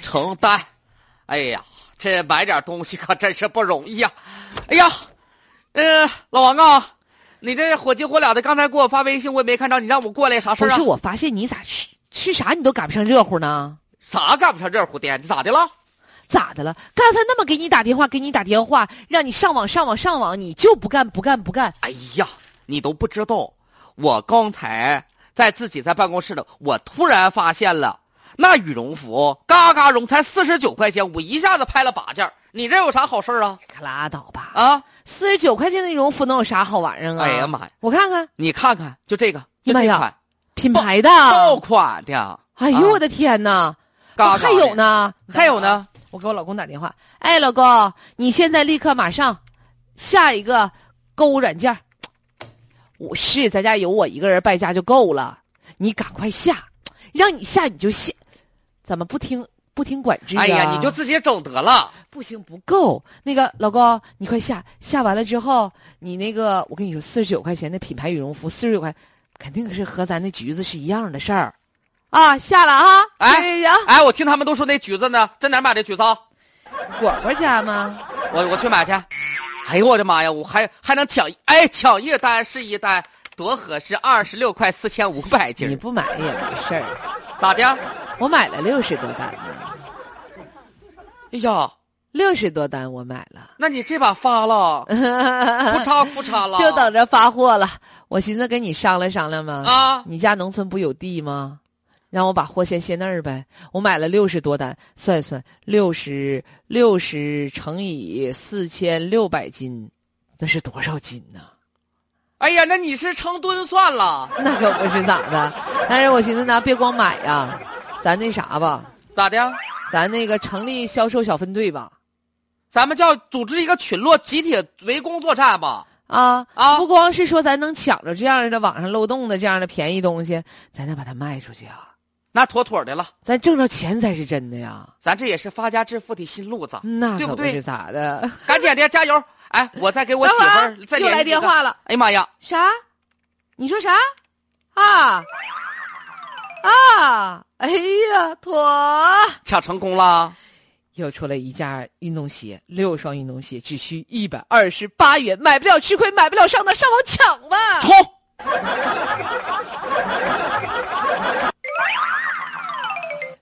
承担。哎呀，这买点东西可真是不容易呀、哎呀，呃，老王啊，你这火急火燎的，刚才给我发微信，我也没看着，你让我过来，啥事不儿啊是，？我发现你咋吃吃啥你都赶不上热乎呢？啥干不上热乎的？你咋的了？咋的了？刚才那么给你打电话，给你打电话，让你上网上网上网，你就不干不干不干。哎呀，你都不知道，我刚才在自己在办公室呢，我突然发现了那羽绒服嘎嘎绒才四十九块钱，我一下子拍了八件儿。你这有啥好事儿啊？可拉倒吧！啊！四十九块钱的羽绒服能有啥好玩意嗯儿啊？哎呀妈呀，我看看你看看，就这个，就这哎呀款品牌的，爆款的，啊哎呦我的天哪！嘎嘎还有呢，呢，哦还有，呢，我给我老公打电话，哎，老公，你现在立刻马上下一个购物软件儿，我是在家有我一个人败家就够了，你赶快下，让你下你就下，怎么不听不听管制、啊？哎呀，你就自己整得了。不行不够，那个老公，你快下，下完了之后，你那个我跟你说，四十九块钱的品牌羽绒服，四十九块，肯定是和咱那橘子是一样的事儿，啊，下了啊，哎谢谢啊，哎，我听他们都说那橘子呢，在哪儿买的橘子啊？果果家吗？我我去买去。哎呦我的妈呀，我还还能抢一，哎，抢一单是一单，多合适，二十六块四千五百斤你儿，不买也没事儿，咋的？我买了六十多单呢，哎呀，六十多单我买了，那你这把发 了，不差不差了，就等着发货了。我寻思跟你商量商量嘛，啊！你家农村不有地吗？让我把货先卸那儿呗。我买了六十多单，算一算六十六十乘以四千六百斤，那是多少斤呢？哎呀，那你是成吨算了，那可不是咋的。但是我寻思呢，别光买呀、咱那啥吧，咋的？咱那个成立销售小分队吧。咱们叫组织一个群落，集体围攻作战吧！啊啊不光是说咱能抢着这样的网上漏洞的这样的便宜东西，咱得把它卖出去啊！那妥妥的了，咱挣着钱才是真的呀，咱这也是发家致富的新路子，那对可不不对是咋的。 赶紧的，加油！哎，我再给我媳妇儿再啊又联系来一个电。话了，哎呀妈呀，啥？你说啥？啊啊！哎呀，妥！抢成功了！又出了一件运动鞋，六双运动鞋只需一百二十八元，买不了吃亏，买不了上当，上网抢吧！冲！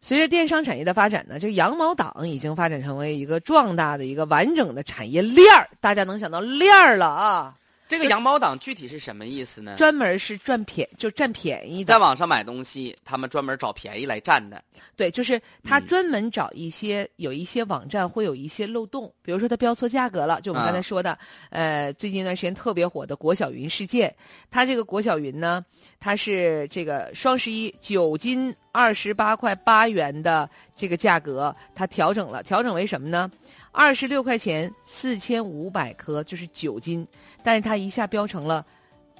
随着电商产业的发展呢，这个羊毛党已经发展成为一个壮大的一个完整的产业链儿。大家能想到链儿了啊？这个羊毛党具体是什么意思呢？专门是赚便就占便宜在的，网上买东西，他们专门找便宜来占的。对，就是他嗯专门找一些、有一些网站会有一些漏洞，比如说他标错价格了，就我们啊刚才说的，呃，最近一段时间特别火的国小云事件，他这个国小云呢，它是这个双十一九斤二十八块八元的这个价格，它调整了，调整为什么呢？二十六块钱四千五百克，就是九斤，但是它一下标成了，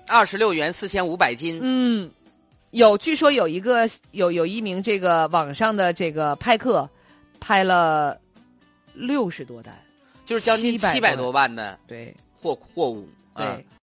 二十六元四千五百斤，嗯，有据说有一个有有一名这个网上的这个拍客，拍了六十多单，就是将近700七百多万的对货货物。对。啊